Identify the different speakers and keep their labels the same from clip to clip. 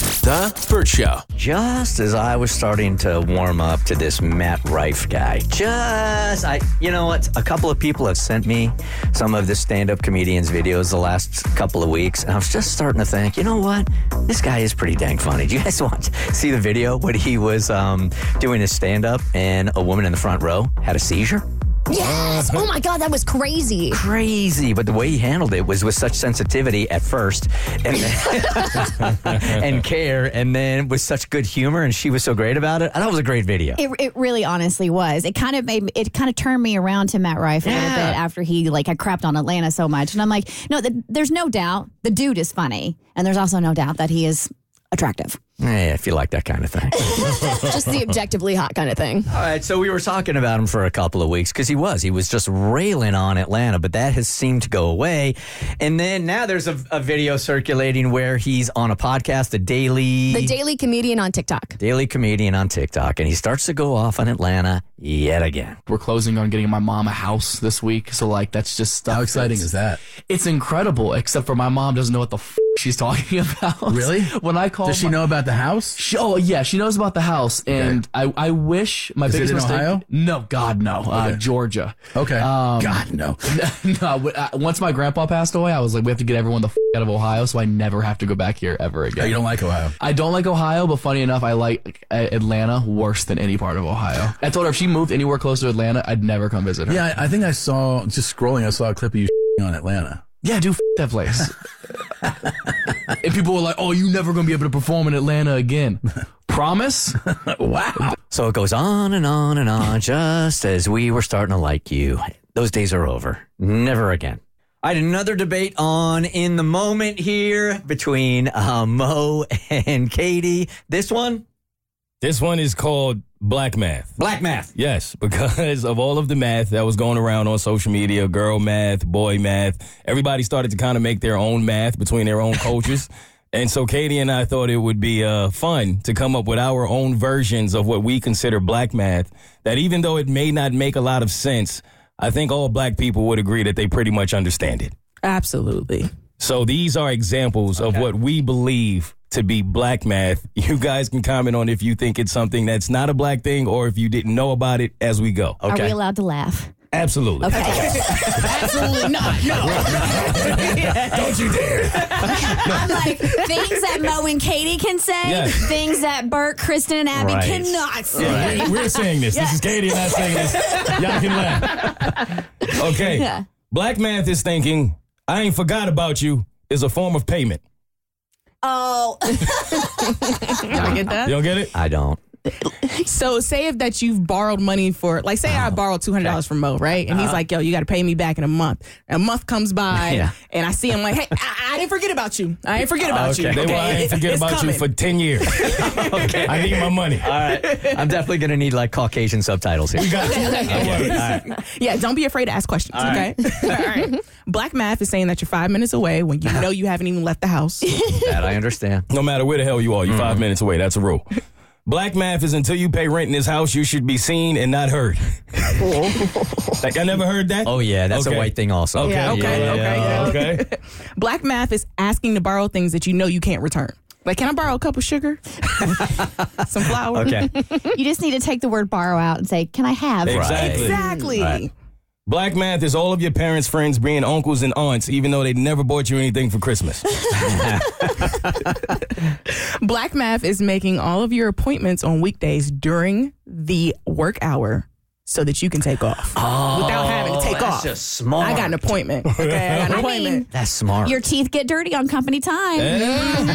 Speaker 1: The Burt Show.
Speaker 2: Just as I was starting to warm up to this Matt Rife guy, just I, you know what? A couple of people have sent me some of the stand-up comedians' videos the last couple of weeks, and I was just starting to think, you know what? This guy is pretty dang funny. Do you guys watch see the video when he was um, doing his stand-up and a woman in the front row had a seizure?
Speaker 3: Yes. Oh my God, that was crazy.
Speaker 2: crazy, but the way he handled it was with such sensitivity at first, and and care, and then with such good humor, and she was so great about it. I thought it was a great video.
Speaker 3: It, it really honestly was. It kind of made me- it kind of turned me around to Matt Rife a little
Speaker 2: Yeah.
Speaker 3: bit after he like had crapped on Atlanta so much, and I'm like, no, th- there's no doubt the dude is funny, and there's also no doubt that he is attractive,
Speaker 2: Yeah, if you like that kind of thing.
Speaker 3: just the objectively hot kind of thing.
Speaker 2: All right, so we were talking about him for a couple of weeks because he was. He was just railing on Atlanta, but that has seemed to go away. And then now there's a, a video circulating where he's on a podcast, the Daily.
Speaker 4: The Daily Comedian on TikTok.
Speaker 2: Daily comedian on TikTok, and he starts to go off on Atlanta yet again.
Speaker 5: We're closing on getting my mom a house this week, so like that's just stuff.
Speaker 6: How exciting
Speaker 5: that's-
Speaker 6: is that?
Speaker 5: It's incredible, except for my mom doesn't know what the f- she's talking about.
Speaker 6: Really?
Speaker 5: When I call,
Speaker 6: Does she
Speaker 5: my-
Speaker 6: know about the house?
Speaker 5: She, oh yeah, she knows about the house, and I, I wish my
Speaker 6: Is it
Speaker 5: biggest
Speaker 6: in
Speaker 5: mistake.
Speaker 6: Ohio?
Speaker 5: No, God no, uh, Georgia.
Speaker 6: Okay.
Speaker 5: Um,
Speaker 6: God no.
Speaker 5: no, I w- I- once my grandpa passed away, I was like, we have to get everyone the f- out of Ohio, so I never have to go back here ever
Speaker 6: Oh, you
Speaker 5: again.
Speaker 6: don't like Ohio.
Speaker 5: I don't like Ohio, but funny enough, I like uh, Atlanta worse than any part of Ohio. I told her if she moved anywhere close to Atlanta, I'd never come visit her.
Speaker 6: Yeah, I- I think I saw just scrolling. I saw a clip of you on Atlanta.
Speaker 5: Yeah, dude, f- that place. and people were like, "Oh, you never gonna be able to perform in Atlanta again." Promise?
Speaker 6: Wow.
Speaker 2: So it goes on and on and on, just as we were starting to like you. Those days are over. Never again. I had another debate on in the moment here between uh, Mo and Katie. This one,
Speaker 1: This one is called Black Math.
Speaker 2: black math.
Speaker 1: Yes, because of all of the math that was going around on social media, girl math, boy math, everybody started to kind of make their own math between their own cultures. And so Katie and I thought it would be uh, fun to come up with our own versions of what we consider black math, that even though it may not make a lot of sense, I think all black people would agree that they pretty much understand it.
Speaker 7: Absolutely.
Speaker 1: So these are examples of what we believe to be black math. You guys can comment on if you think it's something that's not a black thing or if you didn't know about it as we go.
Speaker 3: Are we allowed to laugh?
Speaker 1: Absolutely.
Speaker 3: Absolutely not. No.
Speaker 1: Don't you dare.
Speaker 3: I'm like things that Mo and Katie can say,
Speaker 1: Yes.
Speaker 3: things that Bert, Kristen, and Abby
Speaker 2: Right.
Speaker 3: cannot say.
Speaker 1: We're saying this. This is Katie and I saying this. Y'all can laugh. Okay.
Speaker 3: Yeah.
Speaker 1: Black math is thinking, I ain't forgot about you, is a form of payment.
Speaker 3: Oh,
Speaker 7: I get that.
Speaker 1: You don't get it?
Speaker 2: I don't.
Speaker 7: So say if that you've borrowed money for like say I borrowed two hundred dollars from Mo, right? And he's like, "Yo, you got to pay me back in a month." A month comes by,
Speaker 2: Yeah.
Speaker 7: and I see him like, "Hey, I, I didn't forget about you. I didn't forget about you.
Speaker 2: Okay.
Speaker 1: They will, I ain't forget
Speaker 7: It's
Speaker 1: about you
Speaker 7: coming.
Speaker 1: for 10 years. okay. I need my money.
Speaker 2: All right. I'm definitely going to need like Caucasian subtitles here.
Speaker 1: Got you. Don't worry.
Speaker 7: yeah, don't be afraid to ask questions. okay, all right. Black math is saying that you're five minutes away when you know you haven't even left the house.
Speaker 2: That I understand.
Speaker 1: No matter where the hell you are, you're
Speaker 2: Mm-hmm.
Speaker 1: five minutes away. That's a rule. Black math is until you pay rent in this house, you should be seen and not heard. like I never heard that.
Speaker 2: Oh, yeah. That's
Speaker 1: Okay.
Speaker 2: a white thing, also.
Speaker 1: Okay.
Speaker 7: Yeah, okay,
Speaker 1: yeah, okay.
Speaker 7: Black math is asking to borrow things that you know you can't return. Like, can I borrow a cup of sugar, some flour?
Speaker 2: Okay.
Speaker 3: you just need to take the word borrow out and say, "Can I have?"
Speaker 1: Exactly.
Speaker 7: Exactly.
Speaker 1: Black math is all of your parents' friends being uncles and aunts, even though they never bought you anything for Christmas.
Speaker 7: Black math is making all of your appointments on weekdays during the work hour so that you can take off without having to take off.
Speaker 2: Oh, just smart.
Speaker 7: I got an appointment. Okay, I got an
Speaker 3: I
Speaker 7: appointment.
Speaker 3: mean,
Speaker 2: That's smart.
Speaker 3: your teeth get dirty on company time.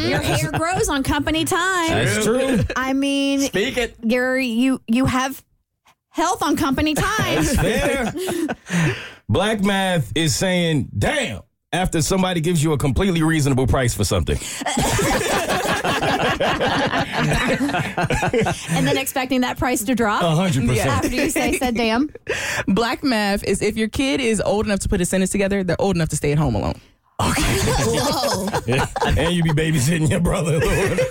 Speaker 3: Your hair grows on company time.
Speaker 1: That's true.
Speaker 3: I mean,
Speaker 2: Speak it.
Speaker 3: you're you you have health on company time.
Speaker 1: There. Black math is saying, damn, after somebody gives you a completely reasonable price for something.
Speaker 3: and then expecting that price to drop.
Speaker 1: A hundred
Speaker 3: After
Speaker 1: percent.
Speaker 3: you say said damn.
Speaker 7: Black math is if your kid is old enough to put a sentence together, they're old enough to stay at home alone.
Speaker 3: Whoa.
Speaker 1: and you be babysitting your brother.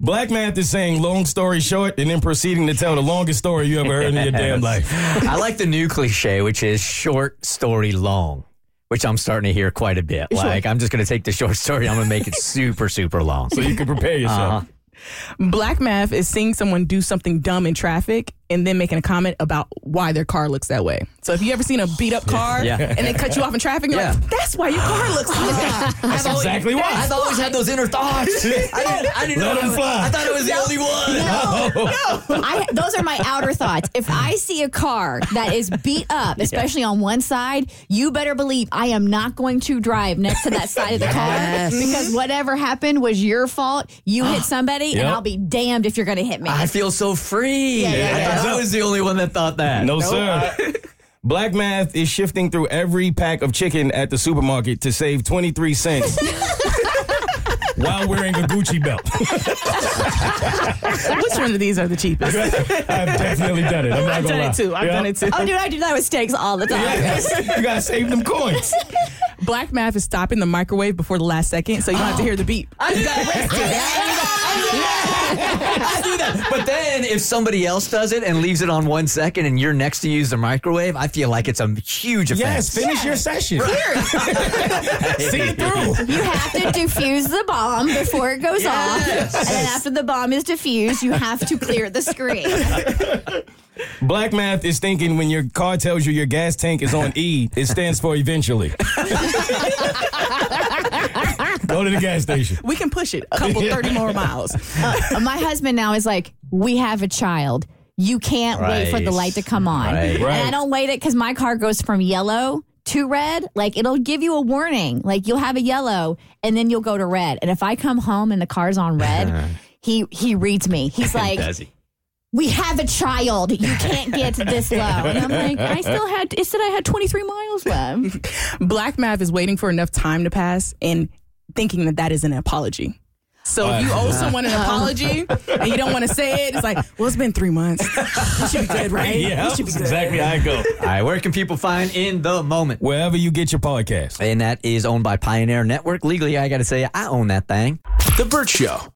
Speaker 1: Black math is saying long story short and then proceeding to tell the longest story you ever heard in your damn life.
Speaker 2: I like the new cliche, which is short story long. which I'm starting to hear quite a bit. Like, I'm just going to take the short story. I'm going to make it super, super long.
Speaker 1: so you can prepare yourself.
Speaker 7: Black math is seeing someone do something dumb in traffic and then making a comment about why their car looks that way. So if you ever seen a beat up car
Speaker 2: Yeah.
Speaker 7: and they cut you off in traffic, you're like, that's why your car looks like that.
Speaker 1: That's exactly why.
Speaker 2: I've always had those inner thoughts. I didn't, I didn't
Speaker 1: Let
Speaker 2: know.
Speaker 1: them
Speaker 2: I-
Speaker 1: fly.
Speaker 2: I thought it was the only one.
Speaker 3: I, those are my outer thoughts. If I see a car that is beat up, especially on one side, you better believe I am not going to drive next to that side of the car because whatever happened was your fault. You hit somebody, and
Speaker 1: Yep.
Speaker 3: I'll be damned if you're going to hit me.
Speaker 2: I feel so free.
Speaker 3: Yeah, yeah,
Speaker 2: I
Speaker 3: yeah.
Speaker 2: thought I was the only one that thought that.
Speaker 1: No, uh, sir. Black math is shifting through every pack of chicken at the supermarket to save 23 cents while wearing a Gucci belt.
Speaker 7: Which one of these are the cheapest?
Speaker 1: I've definitely done it. I'm not
Speaker 7: I've
Speaker 1: gonna
Speaker 7: done
Speaker 1: lie.
Speaker 7: it too. I've
Speaker 1: Yeah.
Speaker 7: done it too.
Speaker 3: oh, dude, I do that with steaks all the time.
Speaker 1: you gotta save them coins.
Speaker 7: Black math is stopping the microwave before the last second, so you don't have to hear the beep.
Speaker 2: You got arrested. I do that. But then if somebody else does it and leaves it on one second and you're next to use the microwave, I feel like it's a huge
Speaker 1: Yes,
Speaker 2: offense.
Speaker 1: finish your session. See it through.
Speaker 3: You have to defuse the bomb before it goes off. And then after the bomb is defused, you have to clear the screen.
Speaker 1: Black math is thinking when your car tells you your gas tank is on E, it stands for eventually. Go to the gas station.
Speaker 7: We can push it a couple 30 more miles.
Speaker 3: Uh, my husband now is like, we have a child. You can't wait for the
Speaker 2: Right.
Speaker 3: light to come on.
Speaker 2: Right.
Speaker 1: Right.
Speaker 3: And I don't wait it because my car goes from yellow to red. Like it'll give you a warning. Like you'll have a yellow and then you'll go to red. And if I come home and the car's on
Speaker 2: Uh-huh.
Speaker 3: red, he he reads me. He's like, "We have a child. You can't get this low." And I'm like, "I still had. It said I had 23 miles left."
Speaker 7: Black math is waiting for enough time to pass and thinking that that is an apology. So if you owe someone an apology and you don't want to say it, it's like, well, it's been three months. We should be good, right?
Speaker 1: Yeah,
Speaker 7: We should be
Speaker 1: that's
Speaker 7: good.
Speaker 1: exactly how I go.
Speaker 2: All right, where can people find In the Moment?
Speaker 1: Wherever you get your podcast.
Speaker 2: And that is owned by Pioneer Network. Legally, I got to say, I own that thing.
Speaker 5: The Burt Show.